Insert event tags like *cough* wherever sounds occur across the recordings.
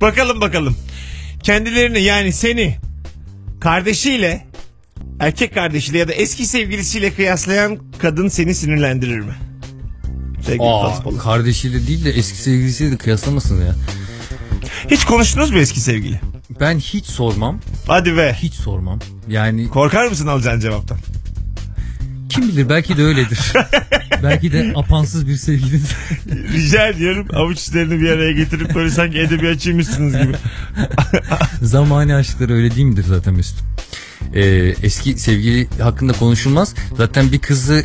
Bakalım bakalım. Kendilerini yani seni kardeşiyle erkek kardeşiyle ya da eski sevgilisiyle kıyaslayan kadın seni sinirlendirir mi? Sevgili Aa, Paspalı. kardeşiyle değil de eski sevgilisiyle de kıyaslamasın ya. Hiç konuştunuz mu eski sevgili? Ben hiç sormam. Hadi be. Hiç sormam. Yani Korkar mısın alacağın cevaptan? kim bilir belki de öyledir. belki de apansız bir sevgilidir. *laughs* Rica ediyorum avuç içlerini bir araya getirip böyle sanki edebiyatçıymışsınız gibi. Zamani aşkları öyle değil midir zaten Mesut? Ee, eski sevgili hakkında konuşulmaz. Zaten bir kızı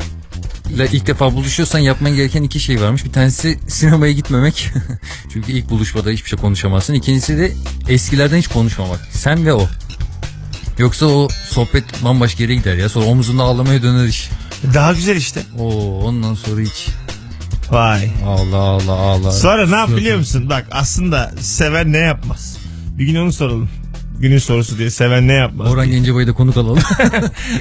ile ilk defa buluşuyorsan yapman gereken iki şey varmış. Bir tanesi sinemaya gitmemek. *laughs* Çünkü ilk buluşmada hiçbir şey konuşamazsın. İkincisi de eskilerden hiç konuşmamak. Sen ve o. Yoksa o sohbet bambaşka yere gider ya. Sonra omzunda ağlamaya döner iş. Daha güzel işte. Oo, ondan sonra hiç. Vay. Allah Allah Allah. Sonra ne yap biliyor musun? Bak aslında seven ne yapmaz? Bir gün onu soralım. Günün sorusu diye seven ne yapmaz? Orhan Gencebay'ı da konuk alalım. *laughs*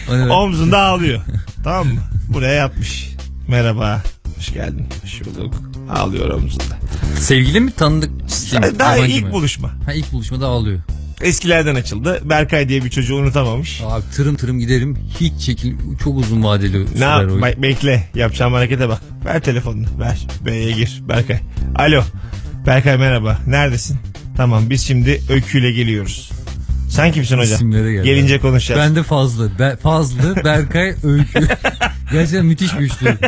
Hani- Omzunda ağlıyor. tamam mı? Buraya yatmış. Merhaba. Hoş geldin. Hoş bulduk. Ağlıyor omzunda. Sevgili mi tanıdık? Kim? Daha Yabancı ilk mı? buluşma. Ha ilk buluşmada ağlıyor. Eskilerden açıldı. Berkay diye bir çocuğu unutamamış. Abi tırım tırım giderim. Hiç çekil çok uzun vadeli Ne sürer yap? o. Bak, bekle. Yapacağım harekete bak. Ver telefonunu. Ver. B'ye gir. Berkay. Alo. Berkay merhaba. Neredesin? Tamam biz şimdi öyküyle geliyoruz. Sen kimsin hocam? İsimlere gel. Gelince konuşacağız. Ben de Fazlı. Be- Fazlı, Berkay, *laughs* Öykü. Gerçekten müthiş bir üçlü.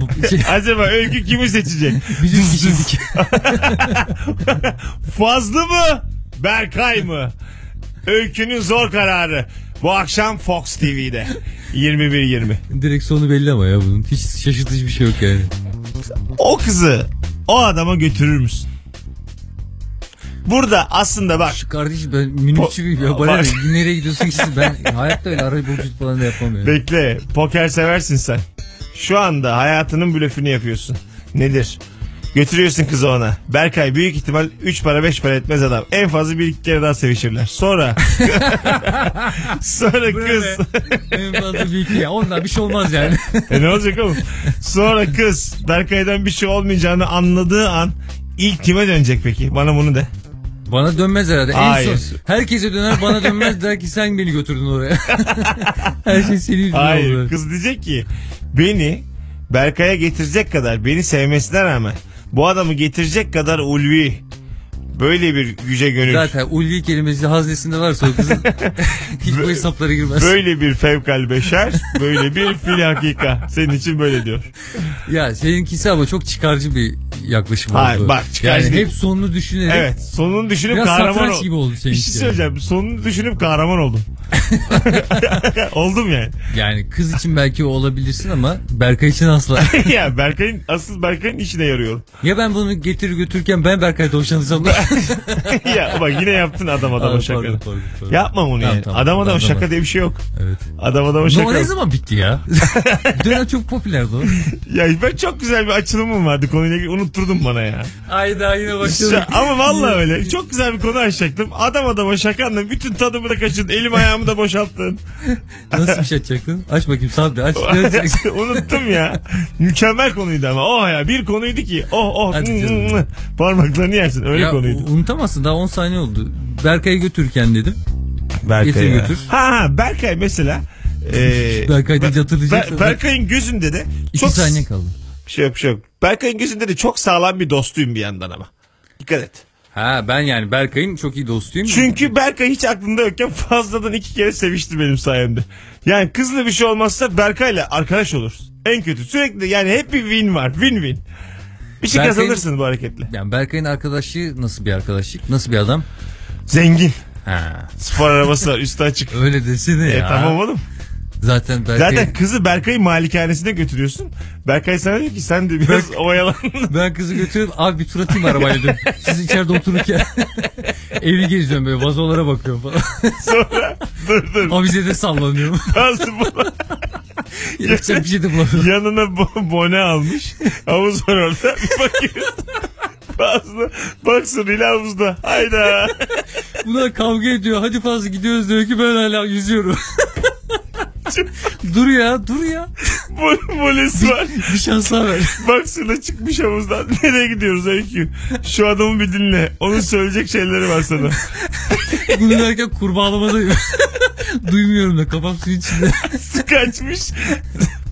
Bu, şey, Acaba öykü kimi seçecek? *laughs* bizim kişilik. Fazlı mı? Berkay mı? Öykünün zor kararı. Bu akşam Fox TV'de. 21.20. *laughs* Direkt sonu belli ama ya bunun. Hiç şaşırtıcı bir şey yok yani. O kızı o adama götürür müsün? Burada aslında bak Şu kardeşim ben minibüsçüyüm ya. Bana ne? nereye gidiyorsun ki siz? Ben hayatta öyle arayı buluculuk falan da yapmam yani. Bekle. Poker seversin sen. Şu anda hayatının blöfünü yapıyorsun. Nedir? Götürüyorsun kızı ona. Berkay büyük ihtimal 3 para 5 para etmez adam. En fazla bir iki kere daha sevişirler. Sonra *laughs* sonra kız *laughs* en fazla bir iki ya. Ondan bir şey olmaz yani. *laughs* e ne olacak oğlum? Sonra kız Berkay'dan bir şey olmayacağını anladığı an ilk kime dönecek peki? Bana bunu de. Bana dönmez herhalde. En Hayır. son herkese döner bana dönmez der ki sen beni götürdün oraya. *laughs* Her şey senin yüzünden Hayır. oldu. Kız diyecek ki beni Berkay'a getirecek kadar beni sevmesine rağmen bu adamı getirecek kadar ulvi böyle bir yüce gönül Zaten ulvi kelimesi haznesinde varsa o *laughs* kızın hiç bu hesaplara girmez. böyle bir fevkal beşer böyle bir fil hakika senin için böyle diyor. Ya seninkisi ama çok çıkarcı bir yaklaşım Hayır, oldu. bak, çıkarcı yani değil. hep sonunu düşünerek Evet sonunu düşünüp biraz kahraman satranç gibi oldum. oldu Bir seninki. şey söyleyeceğim sonunu düşünüp kahraman *laughs* oldum. *laughs* oldum yani. Yani kız için belki o olabilirsin ama Berkay *laughs* için asla. ya Berkay'ın asıl Berkay'ın işine yarıyorum. ya ben bunu getir götürürken ben Berkay'da hoşlanırsam da. *laughs* ya bak yine yaptın adam Aa, pardon, adama şaka. pardon, pardon. Yapma bunu Tamam, yani. tamam. adam adama Adam şaka adam. diye bir şey yok. Evet. Adam adama Ne, o şaka ne yok. zaman *laughs* bitti ya? Dönem çok popülerdi o. Ya ben çok güzel bir açılımım vardı konuyla ilgili unutturdun bana ya. Ayda yine başladık. Ama vallahi öyle. Çok güzel bir konu açacaktım. Adam adama şakanla bütün tadımı da kaçırdın. Elim ayağımı da boşalttın. *laughs* *laughs* Nasıl bir şey açacaktın? Aç bakayım Sabri aç. Ne açacaksın? Unuttum ya. Mükemmel konuydu ama. Oh ya bir konuydu ki. Oh oh. Hadi Hmm, canım. hmm. Parmaklarını yersin. Öyle ya, konuydu. unutamazsın daha 10 saniye oldu. Berkay'ı götürürken dedim. Getir ya. götür. Ha ha Berkay mesela. eee, Berkay deyince E, Ber- hatırlayacaksın. Ber- Berkay'ın gözünde de 2 çok saniye kaldı. bir şey yok bir şey yok. Berkay'ın gözünde de çok sağlam bir dostuyum bir yandan ama. Dikkat et. Ha ben yani Berkay'ın çok iyi dostuyum. Çünkü Berkay hiç aklında yokken fazladan iki kere sevişti benim sayemde. Yani kızla bir şey olmazsa Berkay'la arkadaş oluruz. En kötü. Sürekli yani hep bir win var. Win win. Bir şey Berkay'ın- kazanırsın bu hareketle. Yani Berkay'ın arkadaşlığı nasıl bir arkadaşlık? Nasıl bir adam? Zengin. Ha. Spor arabası var. Üstü açık. Öyle desene ya. E tamam oğlum. Zaten Berkay, Zaten kızı Berkay'ın malikanesine götürüyorsun. Berkay sana diyor ki sen de biraz oyalan. *laughs* ben kızı götürüp abi bir tur atayım arabayla dedim. Siz içeride otururken *laughs* evi geziyorum böyle vazolara bakıyorum falan. *laughs* Sonra dur dur. Abize de sallanıyorum. *laughs* Nasıl bu? Yapacak bir şey de *laughs* bulamıyorum. Yanına bo- bone almış. Havuz var orada. Bir bakıyorsun. Fazla baksın ile havuzda. Hayda. Bunlar kavga ediyor. Hadi fazla gidiyoruz diyor ki ben hala yüzüyorum. *laughs* Dur ya dur ya. Bu- Polis var. *laughs* Bir şans daha ver. Bak sırla çıkmış havuzdan. *laughs* Nereye gidiyoruz Öykü? Şu adamı bir dinle. Onun söyleyecek şeyleri var sana. *laughs* Bunu derken kurbağalamadayım. *laughs* Duymuyorum da kafam suyun içinde. Kaçmış.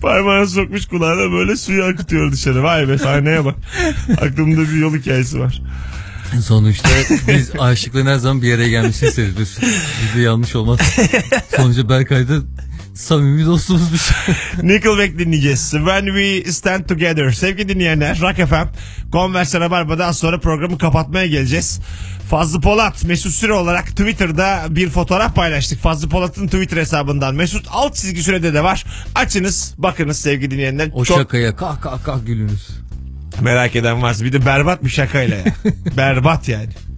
Parmağını sokmuş kulağına böyle suyu akıtıyor dışarı. Vay be sahneye bak. Aklımda bir yol hikayesi var. *laughs* Sonuçta biz aşıkların her zaman bir araya gelmesini seviyoruz. Bizde yanlış *laughs* olmaz. Sonuçta Berkay'da samimi *laughs* dostumuzmuş. Nickelback dinleyeceğiz. When We Stand Together. Sevgili dinleyenler Rock FM. Converse Rabarba'dan sonra programı kapatmaya geleceğiz. Fazlı Polat Mesut Süre olarak Twitter'da bir fotoğraf paylaştık. Fazlı Polat'ın Twitter hesabından. Mesut alt çizgi sürede de var. Açınız bakınız sevgili dinleyenler. O Çok şakaya kah kah kah gülünüz. merak eden varsa. Bir de berbat bir şakayla ya. berbat yani.